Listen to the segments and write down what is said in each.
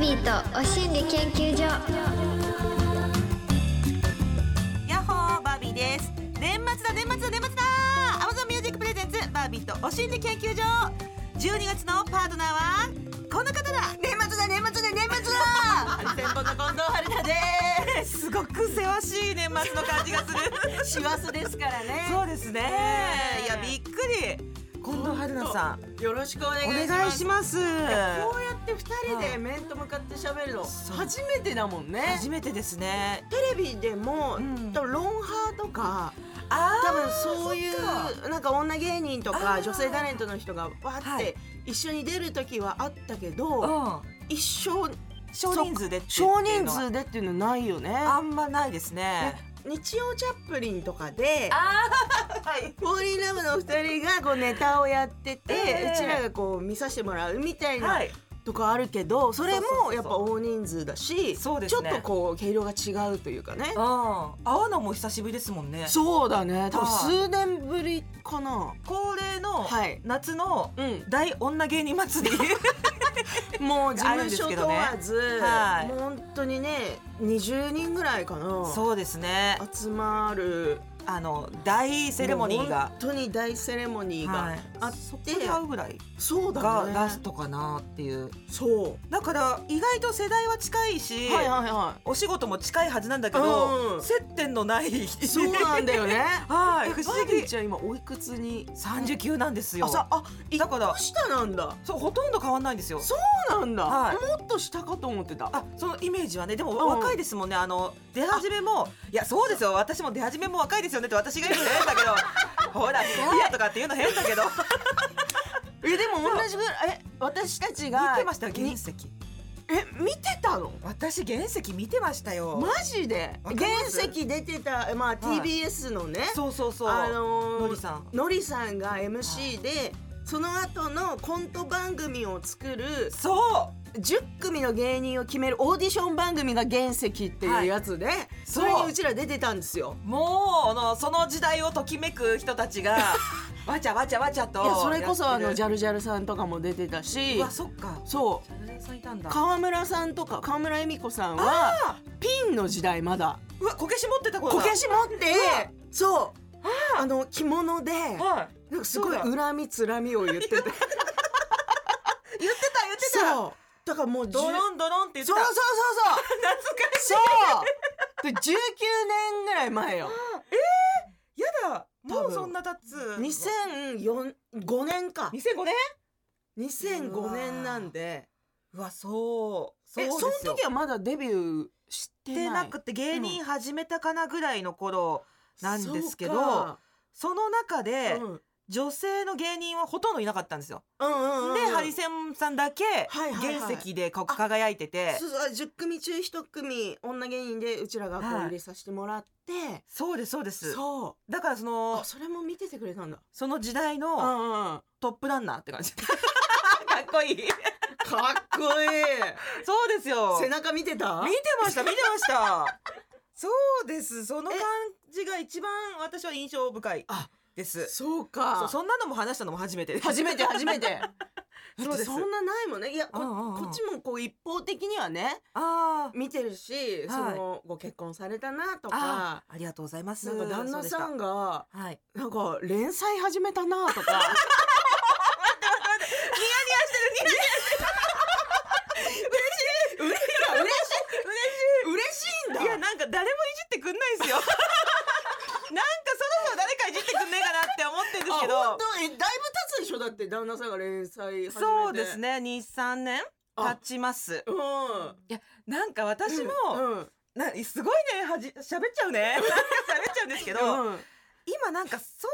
ビーとお心理研究所ヤッホーバービーです年末だ年末だ年末だアマゾンミュージックプレゼンツバービーとお心理研究所12月のパートナーはこの方だ年末だ年末だ年末だハリセンボンの近藤春菜ですすごくせわしい年末の感じがする 師走ですからねそうですねいやびっくり近藤春菜さんよろしくお願いおします願いしますこうやって二人で面と向かって喋るのそう初めてだもんね初めてですねテレビでも、うん多分ロンハーとかあ多分そういそっうなんか女芸人とあかー女性タレントの人がわーっはいて一緒に出る時はあったけど、うん一生少人数でっていうの少は人数でっていうのないよねあんまないですねね日曜チャップリンとかであモーリーラブの二人がこうネタをやってて、ええうちらがこう見させてもらうみたいーなはいとかあるけどそれそうそうそうそもうやっぱ大人数だしそうですねちょっとこう毛色が違うというかねうん会うのも久しぶりですもんねそうだね多分はい数年ぶりかな恒例のはい夏のうん大女芸人 祭りもう事あるん務です所けど問ねわず、はいもう本当にね20人ぐらいかなそうですね集まるあの大セレモニーもうが本当に大セレモニーが、はいあっそこてで会うぐらいそうだがねラストかなっていうそうだから意外と世代は近いし、はいはいはお仕事も近いはずなんだけど、うん接点のないい そうなんだよね はいえ不思バービ議ーちゃん今おいくつに39なんですよあさあ一だから個下なんだそうほとんど変わんないんですよそうなんだ、はいもっと下かと思ってたあそのイメージはねでもん若いですもんね、あの出始めもいやそうですよ私も出始めも若いですよねって私が言うの変だけ どほらスピアとかっていうの変だけどえでも同じぐらいえ私たち見がてましたよ原に石え見てたの私原石見てましたよ、マジでわかりま原す石出てたまあ TBS のね、そうそうそうあのーのりさんのりさんが MC で、その後のコント番組を作るそ10組の芸人を決めるオーディション番組が原石っていうやつで、それにうちら出てたんですよ。うもうあのその時代をときめく人たちが わちゃわちゃわちゃといやそれこそあのジゃャルジャルさんとかも出てたしわそっかそジャルジャルさんいたんうだ川村さんとか川村恵美子さんはあピンの時代まだーうわこけし持ってた子だこけし持ってそうあの着物ではいなんかすごいそう恨みつらみを 言ってて言ってた言ってたそうだからもうドロンドロンって言ってそうそうそうたそう懐かしいそうで19年ぐらい前よやだ多もう分そんな経つ2004 5年か2005年2005年なんでうわそうそうえでそすよの時はまだデビューしてしてなないくて芸人始めたかなぐらいの頃なんですけどそうかその中で、うん女性の芸人はほとんどいなかったんですよ、うんうんうん、でハリセンさんだけはいはいはい原石でか輝いててそうそう10組中1組女芸人でうちらがこうはい入れさせてもらって、そうですそうですそうだからそあのそれも見ててくれたんだその時代うんのうんトップランナーって感じ かっこいいかっこ いいそうですよ背中見てた見てました見てました そうですその感じが一番私は印象深いあですそうそかうそんなのも話したのも初めてです初めて初めて そうです だってそんなないもんねいやこ,、うんうんうんこっちもこう一方的にはねあー見てるし、そのご結婚されたなとあかーありがとうございますなんか旦那さそうんでがしたはいなんか連載始めたな とか嬉しい嬉しい嬉しいんだいやなんか誰もいじってくんない ですよなんかそろそろ誰かいじってくんねえかなって思ってるんですけあ本ど当えだいぶ経つでしょだって旦那さんが連載始めてそうですね23年あ経ちますうんなんか私も、うんなすごいねはじ喋っちゃう ねなんか喋っちゃうんですけど、今なんかそん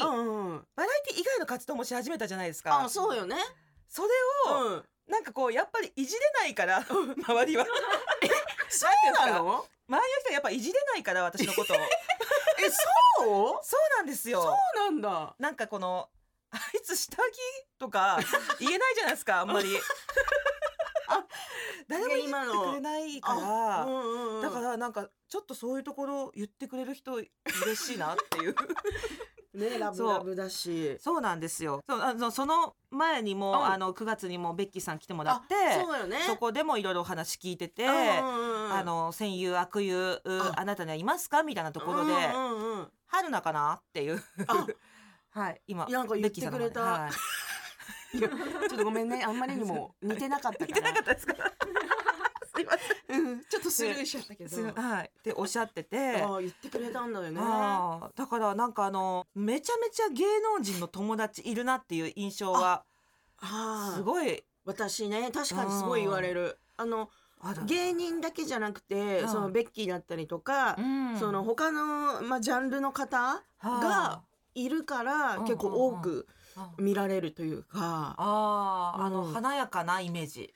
うんうんうんバラエティ以外の活動もし始めたじゃないですかあそうよねそれを、うんなんかこうやっぱりいじれないから周りは周りのそうなの人はやっぱいじれないから私の ことをえそうそうなんですよそうなんだなんかこのあいつ下着とか言えないじゃないです かあんまり誰もいじってくれないから、うんうんうんだからなんかちょっとそういうところ言ってくれる人嬉しいなっていうねラブそうラブだし そうなんですよそうあのその前にも、うんあの9月にもベッキーさん来てもらってあそうよねそこでもいろいろお話聞いてて、ああの戦友悪友ああなたにはいますかみたいなところで、春菜かなっていうあ はい今なんか言ってベッキーさんの前くれたはいいやちょっとごめんねあんまりにも 似てなかったから似てなかったですか すいません、うん、ちょっとスルーしちゃったけどすはいっておっしゃって てああ言ってくれたんだよねあーだからなんかあのめちゃめちゃ芸能人の友達いるなっていう印象はあすいごい私ね確かにすごい言われるあのある芸人だけじゃなくてはいそのベッキーだったりとか、うんその他の、まあ、ジャンルの方がはいるからうん結構多くあー見られるというか、あーあのうん華やかなイメージ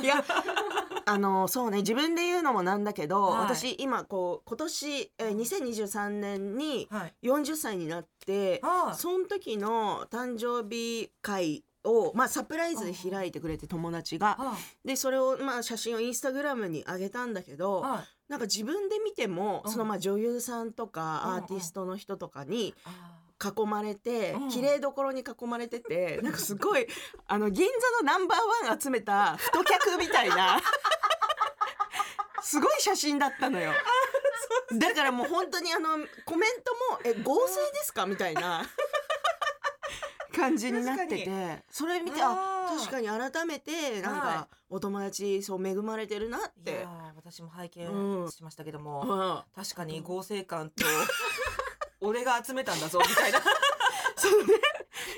いや あのそうね自分で言うのもなんだけど、はい私今こう今年えー2023年にはい40歳になってあーその時の誕生日会を、まあ、サプライズで開いてくれて友達があでそれを、まあ、写真をインスタグラムに上げたんだけどーなんか自分で見てもうんそのまあ女優さんとかアーティストの人とかに囲まれてうん綺麗どころに囲まれてて なんかすごいあの銀座のナンバーワン集めた太客みたいな すごい写真だっ たのよ。だからもう本当にあのコメントも「え合成ですか?」みたいな感じになって確かてそれ見てああー確かに改めてなんはかお友達そう恵まれてるなっいやて。ー私も拝うん見しましたけども、うん確かに合成感 と俺が集めたんだぞみたいな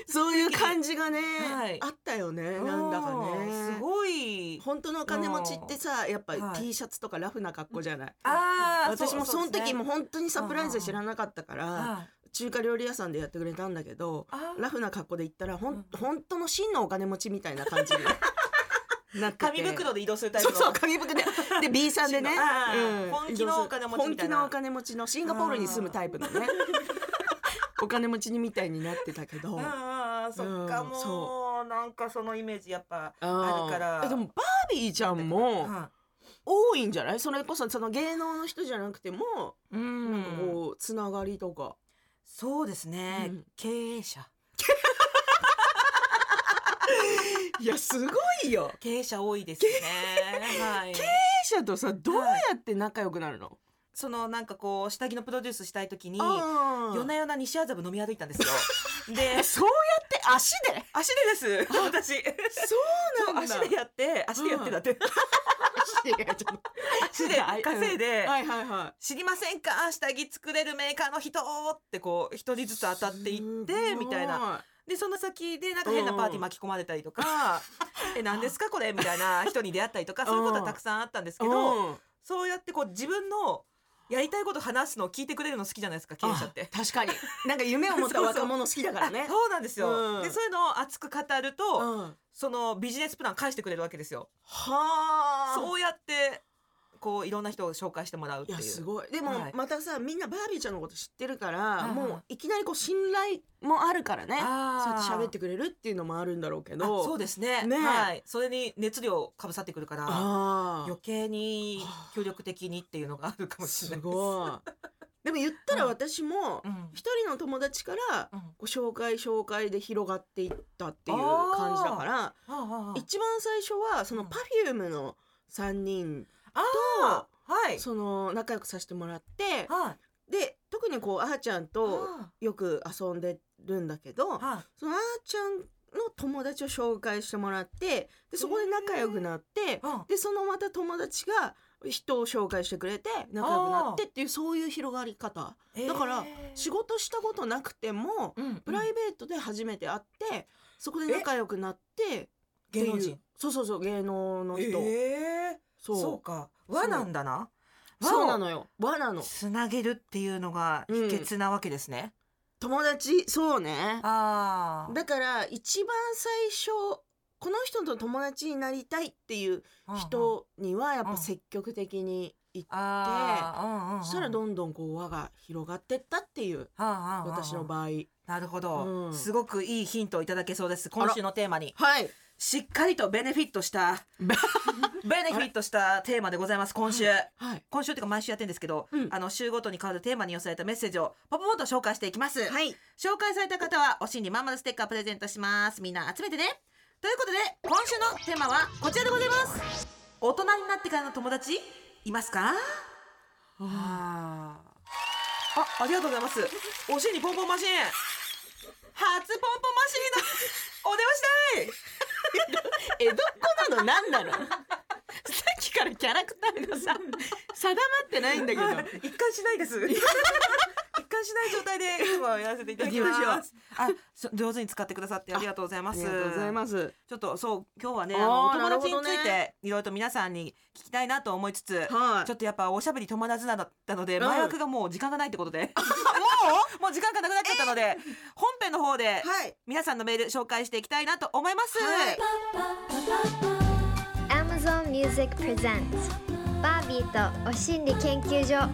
そういう感じがね、はいあったよね、 なんだかうね。んすごい本当のお金持ちってさ、やっぱりはい T シャツとかラフな格好じゃない。あー私もその時もう本当にサプライズ知らなかったかうら、はい中華料理屋さんでやってくれたんだけど、あーラフな格好で行ったら、ほうんん、本当の真のお金持ちみたいな感じ になってて。紙袋で移動するタイそプうのそう、紙袋で。で、B さんでね真のあ。ーうん本気のお金持ちみたいな本気のお金持ちの、シンガポールに住むタイプのね。お金持ちにみたいになってたけど。うんうんうんそっかうんもう、そなんかそのイメージやっぱあーるからえでもバービーちゃんもは多いんじゃないそれこそその芸能の人じゃなくても、いうんなんかこうつながりとかそうですね、うん経営者いやすごいよ経営者多いですねはい経営者とさどうやって仲良くなるの、そのなんかこう下着のプロデュースしたい時にあー夜な夜な西麻布飲み歩いたんです よでそうやって足で足でです私そうなんだ足でやって足でやってだって、足足で稼いで、はいはいは知りませんか下着作れるメーカーの人ってこう一人ずつ当たっていってみたいななでその先でなんか変なパーティー巻き込まれたりと か「え何ですかこれ」みたいな人に出会ったりとかそういうことはたくさんあったんですけどそうやってこう自分のやりたいこと話すのを聞いてくれるの好きじゃないですか経営者って。確かになんか夢を持った若者好きだからね そうなんですよ、うんでそういうのを熱く語ると、うんはそのビジネスプラン返してくれるわけですよ。あそうやってこういろんな人を紹介してもらうっいていやう。すごいでも、はいまたさみんなバービーちゃんのこと知ってるから、いはいもういきなりこう信頼もあるからねそうやあっーて喋ってくれるっていうのもあるんだろうけあどそうですねねえはい、それに熱量かぶさってくるからあー余計に協力的にっていうのがあるかもしれすないです。ごいでも言ったら私もうん一人の友達からうんこう紹介紹介で広がっていったっていう感じだからはあはあ一番最初はそのうん Perfume の3人あーはいその仲良くさせてもらってはいで特にこうあーちゃんとあよく遊んでるんだけど、ーはいそのあーちゃんの友達を紹介してもらってでそこで仲良くなって、うんでそのまた友達が人を紹介してくれて仲良くなってっていうそういう広がり方えーだから仕事したことなくてもうんうんプライベートで初めて会ってそこで仲良くなってっていう芸能人そうそうそう芸能の人、えーそそううか和なんだなそうなののよわなのつなげるっていうのが秘訣なわけですね。友達そうねああだから一番最初この人と友達になりたいっていう人にはやっぱ積極的に行って、あそしたらんどんどんこう輪が広がってったっていう私の合場合なるほど、うんすごくいいヒントをいただけそうです今週のテーマにはいしっかりと ベネフィットしたべ ベネフィットしたテーマでございます今週、はい今週というか毎週やってるんですけど、うんあの週ごとに変わるテーマに寄せられたメッセージをポポポンと紹介していきます、はい紹介された方はおしんにまんまるステッカープレゼントしますみんな集めてねということで今週のテーマはこちらでございます大人になってからの友達いますかああ、ありがとうございます。おしにポンポンマシーン。初ポンポンマシーンのお電話したい。ー江戸っ子なのなんだろう さっきからキャラクターが さ定まってないんだけどはい一貫しない です。一貫しない状態で今はやらせていただき行きまましす。あ、そ上手に使ってくださってありがとうございまありす。。がとうございますすちょっとそう今日はねああーのお友達につなるいほどねていろいろと皆さんに聞きたいなと思いつつ、はいちょっとやっぱおしゃべり止まらずだったので、うん麻薬がもう時間がないって ことでも うもう時間がなくなっちゃったので、本編の方ではい皆さんのメール紹介していきたいなと思います、はい Amazon Music Presents バービーとお心理研究所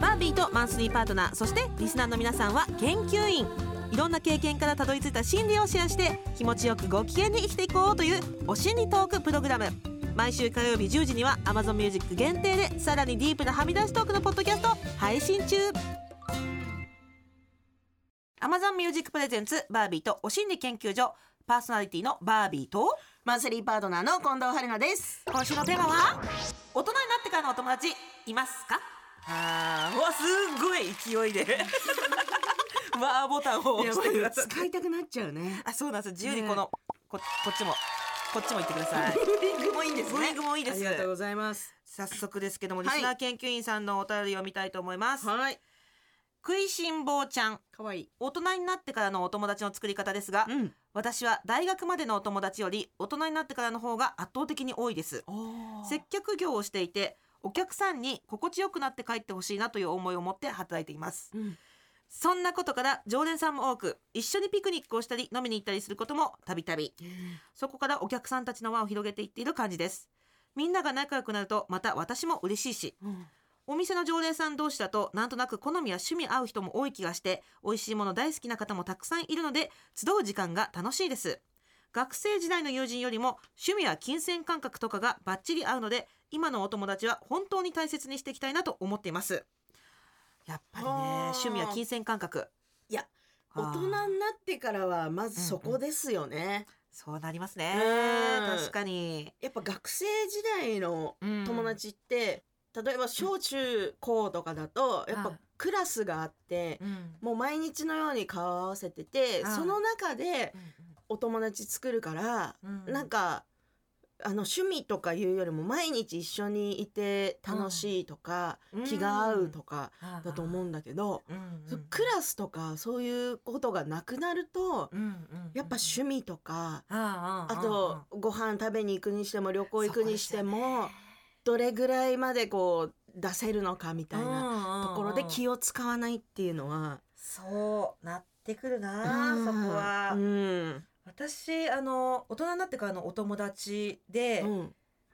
バービーとマンスリーパートナーそしてリスナーの皆さんは研究員いろんな経験からたどり着いた心理をシェアして気持ちよくご機嫌に生きていこうというお心理トークプログラム毎週火曜日10時には Amazon Music 限定でさらにディープなはみ出しトークのポッドキャストを配信中 Amazon Music プレゼンツバービーとお心理研究所パーソナリティのバービーとマンスリーパートナーの近藤春菜です今週のテーマは大人になってからのお友達いますかあーうわすっごい勢いで わーボタンを押してください使いたくなっちゃうねあそうなんです自由にねこの、ここっちもこっちも行ってくださいリングもいいんですブリングもいいであすりがとうございます早速ですけどもはリいスナー研究員さんのお便りを見たいと思います、はい食いしん坊ちゃん可愛い大人になってからのお友達の作り方ですがうん私は大学までのお友達より大人になってからの方が圧倒的に多いです接客業をしていてお客さんに心地よくなって帰ってほしいなという思いを持って働いていますうんそんなことから常連さんも多く一緒にピクニックをしたり飲みに行ったりすることもたびたびそこからお客さんたちの輪を広げていっている感じですみんなが仲良くなるとまた私も嬉しいしお店の常連さん同士だとなんとなく好みや趣味合う人も多い気がして美味しいもの大好きな方もたくさんいるので集う時間が楽しいです学生時代の友人よりも趣味や金銭感覚とかがバッチリ合うので今のお友達は本当に大切にしていきたいなと思っていますやっぱりねはあ趣味や金銭感覚いやあ大ー人になってからはまずそこですよね、そうなりますねうん確かにやっぱ学生時代の友友達って、例えば小中高とかだとやっはぱいクラスがあって、うんもう毎日のように顔を合わせてて、はいその中でお友達作るから、なんかあの趣味とかいうよりも毎日一緒にいて楽しいとか、気が合うとかだと思うんだけど、うんうんうんクラスとかそういうことがなくなると、うんうんやっぱ趣味とか、ああとご飯食べに行くにしても旅行行くにしても、どれぐらいまでこう出せるのかみたいなところで気を使わないっていうのは、そうなってくるなうんそこは、うん私あの大人になってからのお友達で、うん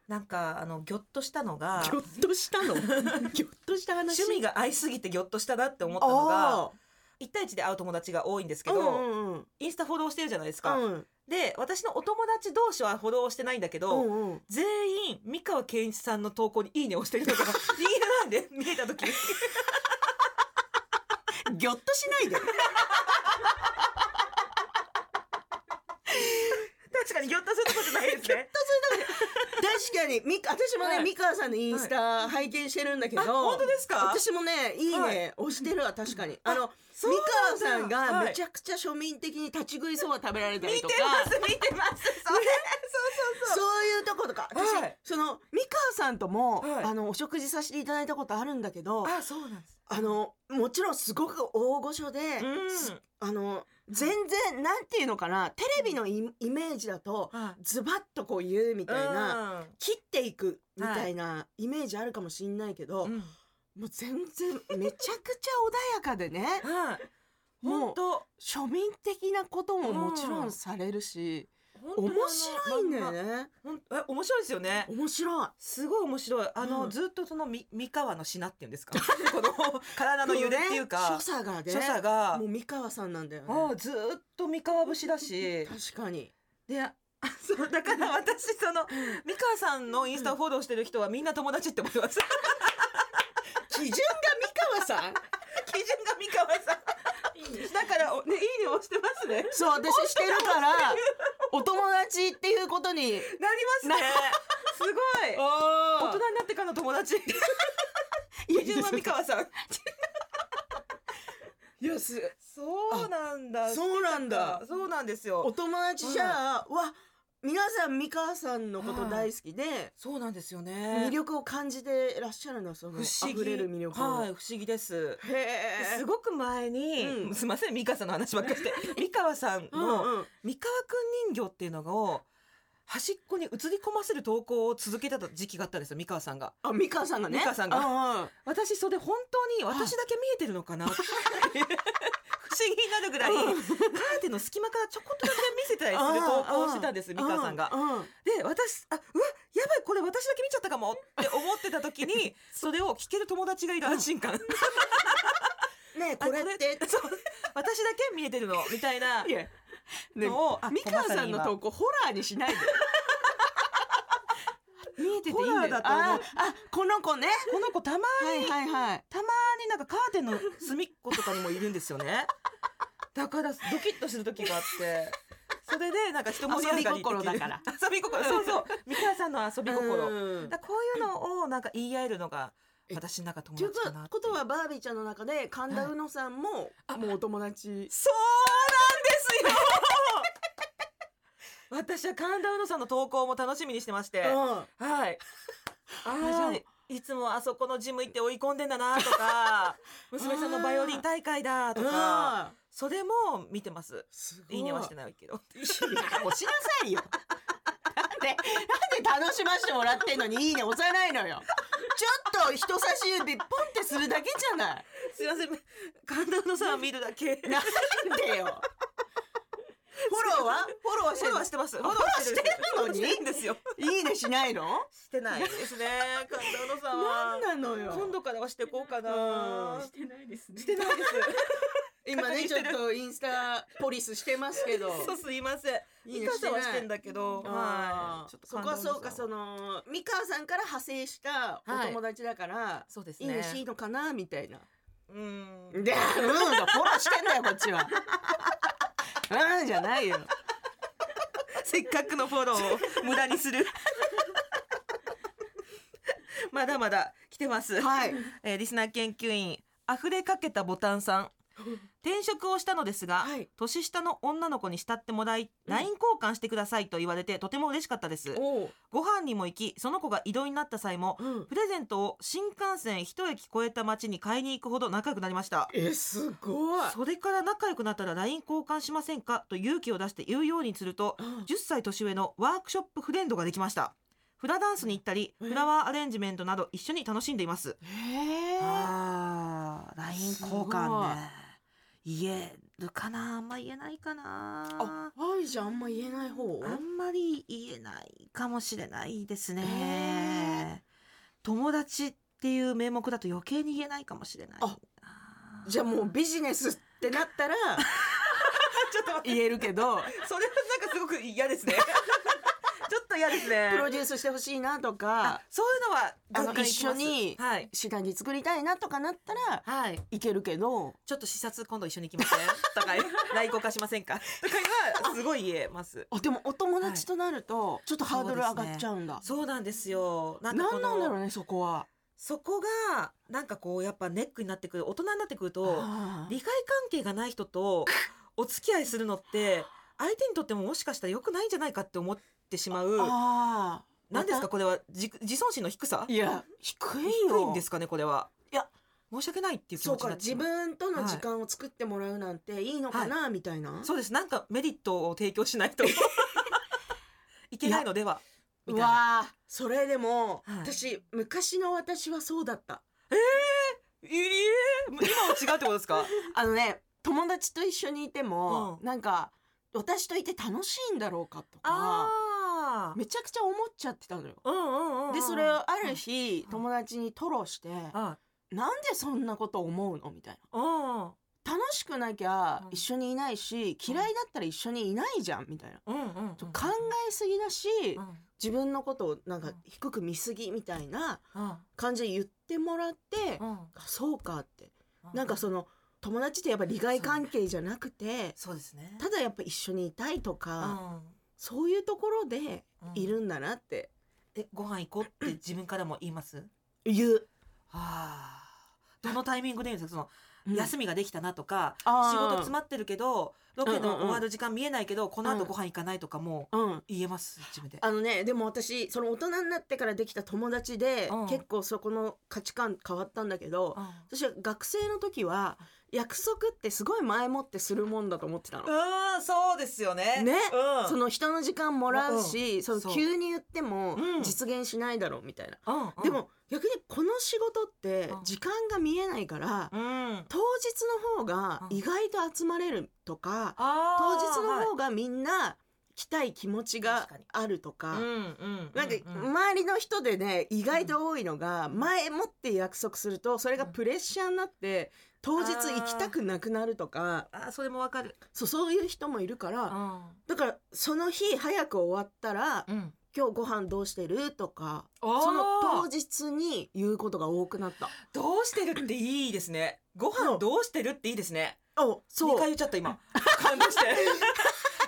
なんかあのぎょっとしたのがぎょっとし たのぎょっとした話趣味が合いすぎてぎょっとしたなって思ったのがあ1対1で会う友達が多いんですけーど、うんうんインスタフォローしてるじゃないですうか、んうんで私のお友達同士はフォローしてないんだけど、うんうん全員三河健一さんの投稿に「いいね」をしてるの が理由なんで見えた時ぎょっとしないで確かにぎょっとするとこじゃないですね。確かにみ私もはねい美川さんのインスタ拝見してるんだけどあ本当ですか私もねいいはね押してるわ確かにあのそ美うなんだ川さんがはいめちゃくちゃ庶民的に立ち食いそば食べられたり見とてかます見てます それそうそうそうそういうとことか私、はいその美川さんとも、はいあのお食事させていただいたことあるんだけどあそうなんですあのもちろんすごく大御所で、すうあの全然なんていうのかなテレビのイイメージだとんはいズバッとこう言うみたいな、切っていくみたいなイメージあるかもしんないけど、うんうんもう全然めちゃくちゃ穏やかでねはいもう本当庶民的なことももちろうんんされるし、本当にあの面白いんだよね、ほんえ面白いですよね面白いすごい面白いあの、うんずっとそのみ三河のしなっていうんです かこの体の揺れっていうか所作がね所作がもう三河さんなんだよあねーずっと三河節だし確かに であそうだから私その美川さんのインスタをフォローしてる人はみんな友達って思います基準が三川 さん基準が三川さんだからおねいいね押してますねそう私してるからお友達っていうことになりますねすごい大大人になってからの友達基準は三川さんいやすそうなんだそうなんだそうなんですよお友達じゃあ、わ皆さん三川さんのこと大好きで、そうなんですよね魅力を感じてらっしゃるのその不思議溢れる魅力を、はい不思議ですへえすごく前に、うんすみません三川さんの話ばっか りして三川さんの、うんうん三河くん人形っていうのを端っこに映り込ませる投稿を続けてた時期があったんですよ三河さんがあ三川さんがね美川さんがうんうん私それ本当に私だけ見えてるの かな不思議になるぐらいカーテンの隙間からちょこっとだけ見せたりする投稿をしてたんです三河さんがう。うで私あうわやばいこれ私だけ見ちゃったかもって思ってた時にそれを聞ける友達がいる安心感ねえこれっあこてそう私だけ見えてるのみたいないやねえのをあ美川さんのまさに今投稿ホラーにしないで見えてていいんホだよラーだと思うあああこの子ねこの子たまはいにはいはいたまになんかカーテンの隅っことかにもいるんですよね。だからドキッとする時があって。それでなんか人盛り上がり遊び心だから。遊び心。そうそう。三河さんの遊び心。うんだからこういうのをなんか言い合えるのが私の中友という達かなっていこう。とはバービーちゃんの中で神田うのさんももうお友達そうなんですよ。私は神田うのさんの投稿も楽しみにしてまして。うんはい。あじゃあ。いつもあそこのジム行って追い込んでんだなと か、娘さんのバイオリン大会だとか、うんそれも見てます。すごいいねはしてないけど。 いや押しなさいよ。なんで、なんで楽しませてもらってんのにいいね押さないのよ。ちょっと人差し指ポンってするだけじゃない。すいません。神田のさん見るだ け。フなんでよ。フォローはフォローはしォてローるはしてます。フォローはしてるフォローしてるんですよ。いいねしないのしてないです ね。神田のさんなはん。なのよ。今度からはしていこうかうな。んしてないですね。今確認ね、しちてょるっとインスタポリスしてますけど。 そうすいません。いミいねカさんはしてしないてんだけど、あはーい。ちょっとそこはそうか、その。の、美川さんから派生したお友達だから、そうですいいねしいね。いのかなみたいな。うん。で、うんがフォローしてんだよ、こっちは。 うんじゃないよ。 せっかくのフォロ ーを無駄にする。 まだまだ来てます。はい。えーリスナー研究員、溢れかけたボタンさん。転職をしたのですが、はい年下の女の子に慕ってもらい、LINE 交換してくださいと言われてとても嬉しかったです。おう。ご飯にも行き、その子が異動になった際も、うん。プレゼントを新幹線一駅越えた町に買いに行くほど仲良くなりました。え、すごい。それから仲良くなったら LINE 交換しませんかと勇気を出して言うようにすると、うん10歳年上のワークショップフレンドができました。フラダンスに行ったり、えーフラワーアレンジメントなど一緒に楽しんでいます。へーあー、LINE 交換ね。言えるかなあんま言えないかなあ、はいじゃん、あんま言えない方。あんまり言えないかもしれないですね。え友達っていう名目だと余計に言えないかもしれない。ああーじゃあもうビジネスってなったら ちょっと待って言えるけ ど、それはなんかすごく嫌ですね。 ちょっと嫌ですねプロデュースしてほしいなとあか、そういうのはあどのっか行一き緒ますにはい次第に作りたいなとかなったらはい。いけるけど、ちょっと視察今度一緒に行きませ んとか、来航化しませんかとかはすごい言えます。あでもお友達となるとちょっとハードル上がっちゃうんだ。そうなんですよ。なんかこ何のなんだろうねそこは。そこが、なんかこう、やっぱネックになってくる、大人になってくると、あー利害関係がない人とお付き合いするのって、相手にとってももしかしたら良くないんじゃないかって思ってしまう。あー。何ですかこれは自、自尊心の低さいや低いよ。低いんですかねこれは。いや、申し訳ないっていう気そ持うちにかなってし自ま分との時間を作ってもらうなんていいのかな、みたいなそうです。なんかメリットを提供しない といけないのではみたいな。わあそれでも、はい私昔の私はそうだったええ今は違うってことです か？あのね友達と一緒にいても、うなんか私といて楽しいんだろうかとかあめちゃくちゃ思っちゃってたのよあ。うんうんうん。でそれをある日、うん友達に吐露して、あ、なんでそんなこと思うのみたいなうん。楽しくなきゃうん一緒にいないし、嫌いだったら一緒にいないじゃんみたいな。うんうんうん考えすぎだし、うん自分のことをなんか低く見すぎみたいなうん感じで言ってもらって、うんあそうかって。うなんかその友達ってやっぱ利害関係じゃなくて、そうですねただやっぱ一緒にいたいとうか、んそういうところでうんいるんだなってえご飯行こうって自分からも言います言う。はあどのタイミングで言うんですかそのうん休みができたなとか、あー仕事詰まってるけどロケうんうんのうん終わる時間見えないけどこの後ご飯行かないとかもうん。言えます自分で。あのね、でも私、その大人になってからできた友達で、うん結構そこの価値観変わったんだけど、私は学生の時は、約束ってすごい前もってするもんだと思ってたの。うんそうですよねねうん、その人の時間もらううし、んそのそう急に言ってもうん実現しないだろうみたいな。うんで、も逆にこの仕事ってうん時間が見えないから、うん、当日の方が意外と集まれるとか、あ当日ーの方がみんな来たい気持ちが確かにあるとか、はいうんうん、なんかうんうん周りの人でね意外と多いのが前もって約束するとそれがプレッシャーになって当日行きたくなくなるとかあーそれもわかる。そうそういう人もいるかうらんだからその日早く終わったらうん、今日ご飯どうしてるとかそその当日に言うことが多くなった。どうしてるっていいですね。ごそ飯うどうしてるっていいですね。お二そ回う言っちゃった今。感動して。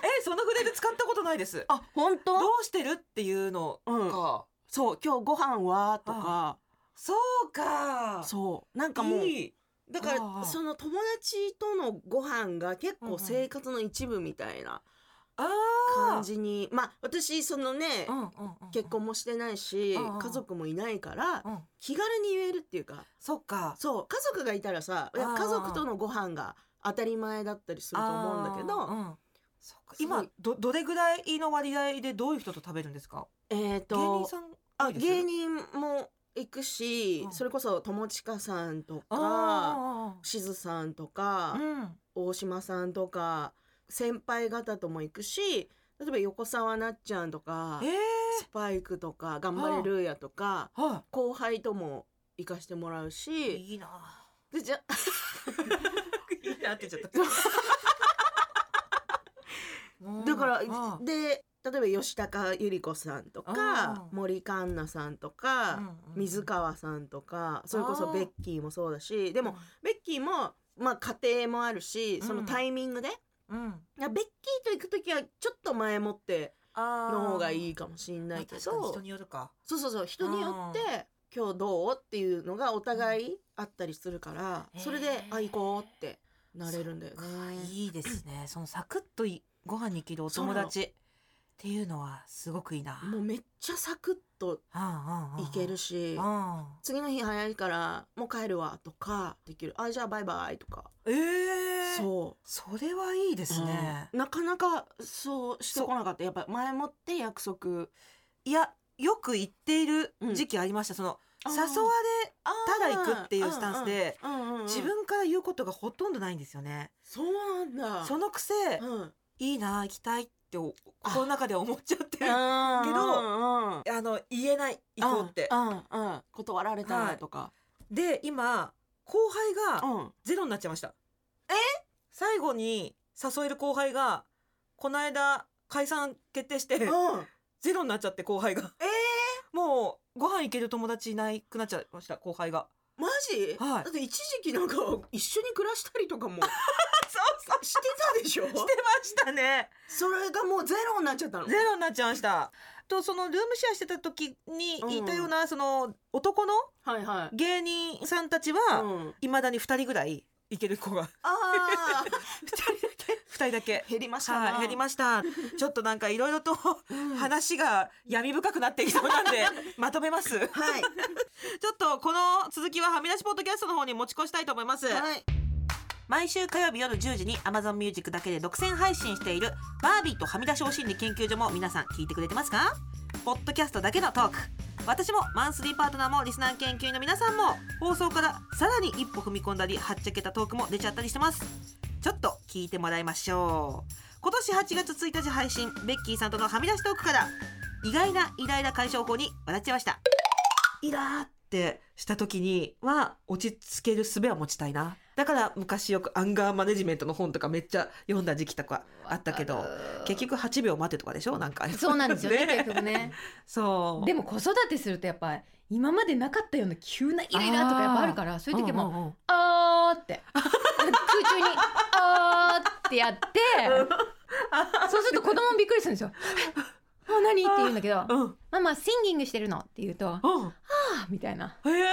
え、そのフレーズ使ったことないです。あ本当どうしてるっていうのうん、か。そう今日ご飯はとかそうか。そうなんかもういいだかあらあその友達とのご飯が結うんう構ん生活の一部みたいなああ。感。じに、まあ私そのね、うんうんうんうん。結婚もしてないし、うんうんうん家族もいないからうん。気軽に言えるっていうかそっか。そう家族がいたらさいやうんうん家族とのご飯が当たり前だったりすると思うんだけど、あーうんそっかすご今いどどれぐらいの割合でどういう人と食べるんですか。えっ、芸人とさん多あいです。芸人も行くし、うんそれこそ友近さんとかあーしずさんとか、うん。大島さんとか先輩方とも行くし例えば横澤なっちゃんとかええスパイクとか頑張れルーヤとかー。は後輩とも行かしてもらうしいいな。でじゃ いいなって言っちゃった。だからうんで例えば吉高由里子さんとかうん森カンナさんとか水。川さんとかそれこそベッキーもそうだしででも、ベッキーもまあ家庭もあるしそのタイミングでうん。いやベッキーと行く時はちょっと前もっての方がいいかかもしんないけど人によるか。そうそうそう人によって今日どうっていうのがお互いあったりするから、うんそれへでーあ行こうってなれるんだよね。いいですね。そのサクッといご飯に行けるお友達っていうのはすごくいいな。もうめっちゃサクッとうんうんうんいける。しう、ん。次の日早いからもう帰るわとかできる。あじゃあバイバイとか。ええ。う。そそれはいいでう、すねう。んなかなかそうしてこなかった。やっぱ前もって約束。いやよく行っている時期ありました。そのあー誘われただ行くっていうスタンスで。うんうん、うんうんうん自分から言うことがほとんどないんですよね。そうなんだ。そのくせ、うん。いいな行きたいってお心の中では思っちゃってる。あけどうんうん、の言えない行こうってう。んうんうん断られはたいとか、で今後輩がうんゼロになっちゃいました。え？最後に誘える後輩がこの間解散決定してうんゼロになっちゃって後輩が。えもうご飯行ける友達いなくなっちゃいました後輩が。マジ、はいだって一時期なんか一緒に暮らしたりとかもそうそ してたでしょうしてましたね。それがもうゼロになっちゃったのゼロになっちゃいました。とそのルームシェアしてた時にうんいたような、その男のはいはい、芸人さんたちはう、ん、いまだに2人ぐらいいける子が ああ 2人だけ。減りましたなはい、減りました。ちょっとなんかいろいろとうんはい話が闇深くなっていきそうなん で、まとめます。ちょっとこの続きははみ出しポッドキャストの方に持ち越したいと思います。はい毎週火曜日夜10時に Amazon Music だけで独占配信しているバービーとはみ出しお心理研究所も皆さん聞いてくれてますかポッドキャストだけのトーク私もマンスリーパートナーもリスナー研究員の皆さんも放送からさらに一歩踏み込んだりはっちゃけたトークも出ちゃったりしてますちょっと聞いてもらいましょう今年8月1日配信ベッキーさんとのはみ出しトークから意外なイライラ解消法に笑っちゃいましたイラーっってした時には落ち着ける術は持ちたいなだから昔よくアンガーマネジメントの本とかめっちゃ読んだ時期とかあったけど結局8秒待てとかでしょなんかそうなんですよ ねね結局 ねそうでも子育てするとやっぱ今までなかったような急なイライラとかやっぱあるからそういう時もんんん「あー」って空中に「あー」って やってそうすると子供もびっくりするんです よ。えもう何って言うんだけどうん「ママシンギングしてるの」って言うと「あうんー」みたいな。へえ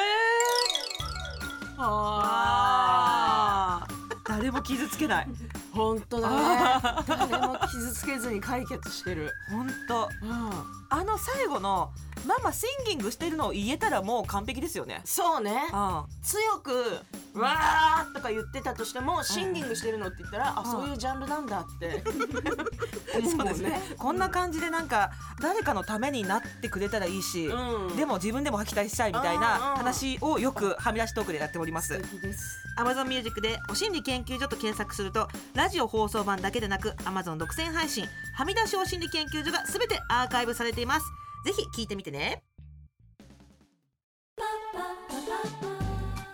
あー誰も傷つけない本当だねあ誰も傷つけずに解決してるーほんとうんあの最後の「ママシンギングしてるの」を言えたらもう完璧ですよねそうねあ強く「わー」とか言ってたとしてもシンギングしてるのって言ったらあそういうジャンルなんだって思うもんね。こんな感じでなんか誰かのためになってくれたらいいし、うんでも自分でも期待したいみたいなうんうん話をよくはみ出しトークでやっておりま素す敵です。 Amazon Music で「お心理研究所」と検索するとラジオ放送版だけでなく Amazon 独占配信「はみ出しお心理研究所」が全てアーカイブされていますぜひ聞いてみてね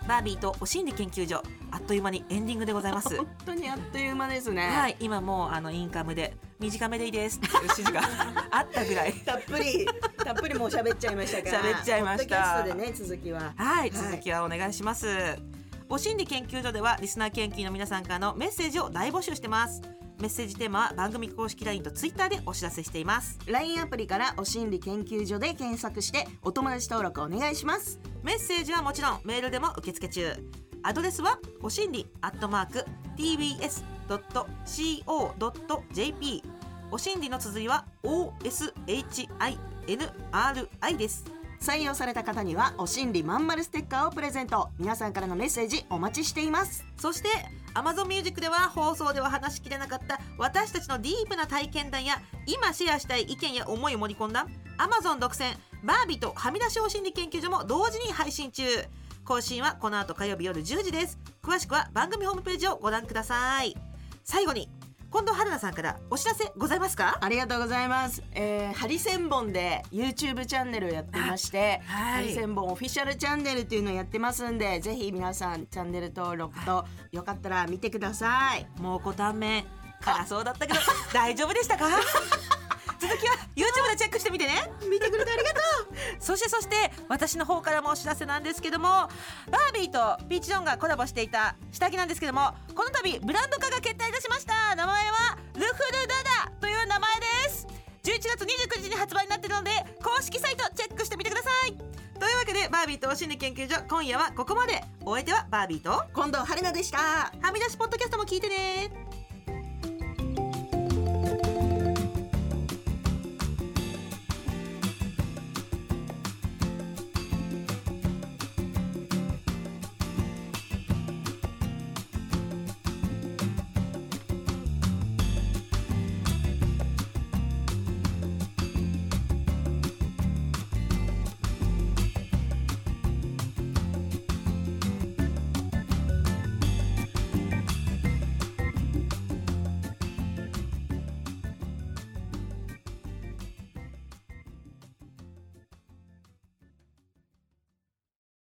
バービーとお心理研究所あっという間にエンディングでござい ます本当にあっという間ですね。はい今もうあのインカムで短めでいいですっていう指示があったぐらいたっぷりたっぷりもう 喋っちゃいました喋っちゃいましたポッドキャストでね続きは。はい、続きはお願いします。お心理研究所ではリスナー研究員の皆さんからのメッセージを大募集してます。メッセージテーマは番組公式 LINE と Twitter でお知らせしています。 LINE アプリからお心理研究所で検索してお友達登録お願いします。メッセージはもちろんメールでも受付中。アドレスはお心理アットマーク tbs.co.jp お心理の綴りは oshinri です。採用された方にはお心理まんまるステッカーをプレゼント。皆さんからのメッセージお待ちしています。そして Amazon Music では放送では話しきれなかった私たちのディープな体験談や今シェアしたい意見や思いを盛り込んだ Amazon 独占バービーとはみ出しお心理研究所も同時に配信中更新はこの後火曜日夜10時です詳しくは番組ホームページをご覧ください最後に近藤春菜さんからお知らせございますかありがとうございます。えー、ハリセンボンで YouTube チャンネルをやってまして、はいハリセンボンオフィシャルチャンネルっていうのをやってますんで、ぜひ皆さんチャンネル登録とよかったら見てください。もうご短命辛そうだったけど大丈夫でした か続きは YouTube でチェックしてみてね見てくれてありがとうそしてそして私の方からもお知らせなんですけどもバービーとピーチ・ジョンがコラボしていた下着なんですけどもこの度ブランド化が決定いたしました名前はルフルダダという名前です11月29日に発売になっているので公式サイトチェックしてみてくださいというわけでバービーとお心理研究所今夜はここまでお相手はバービーと近藤春菜でした。はみ出しポッドキャストも聞いてね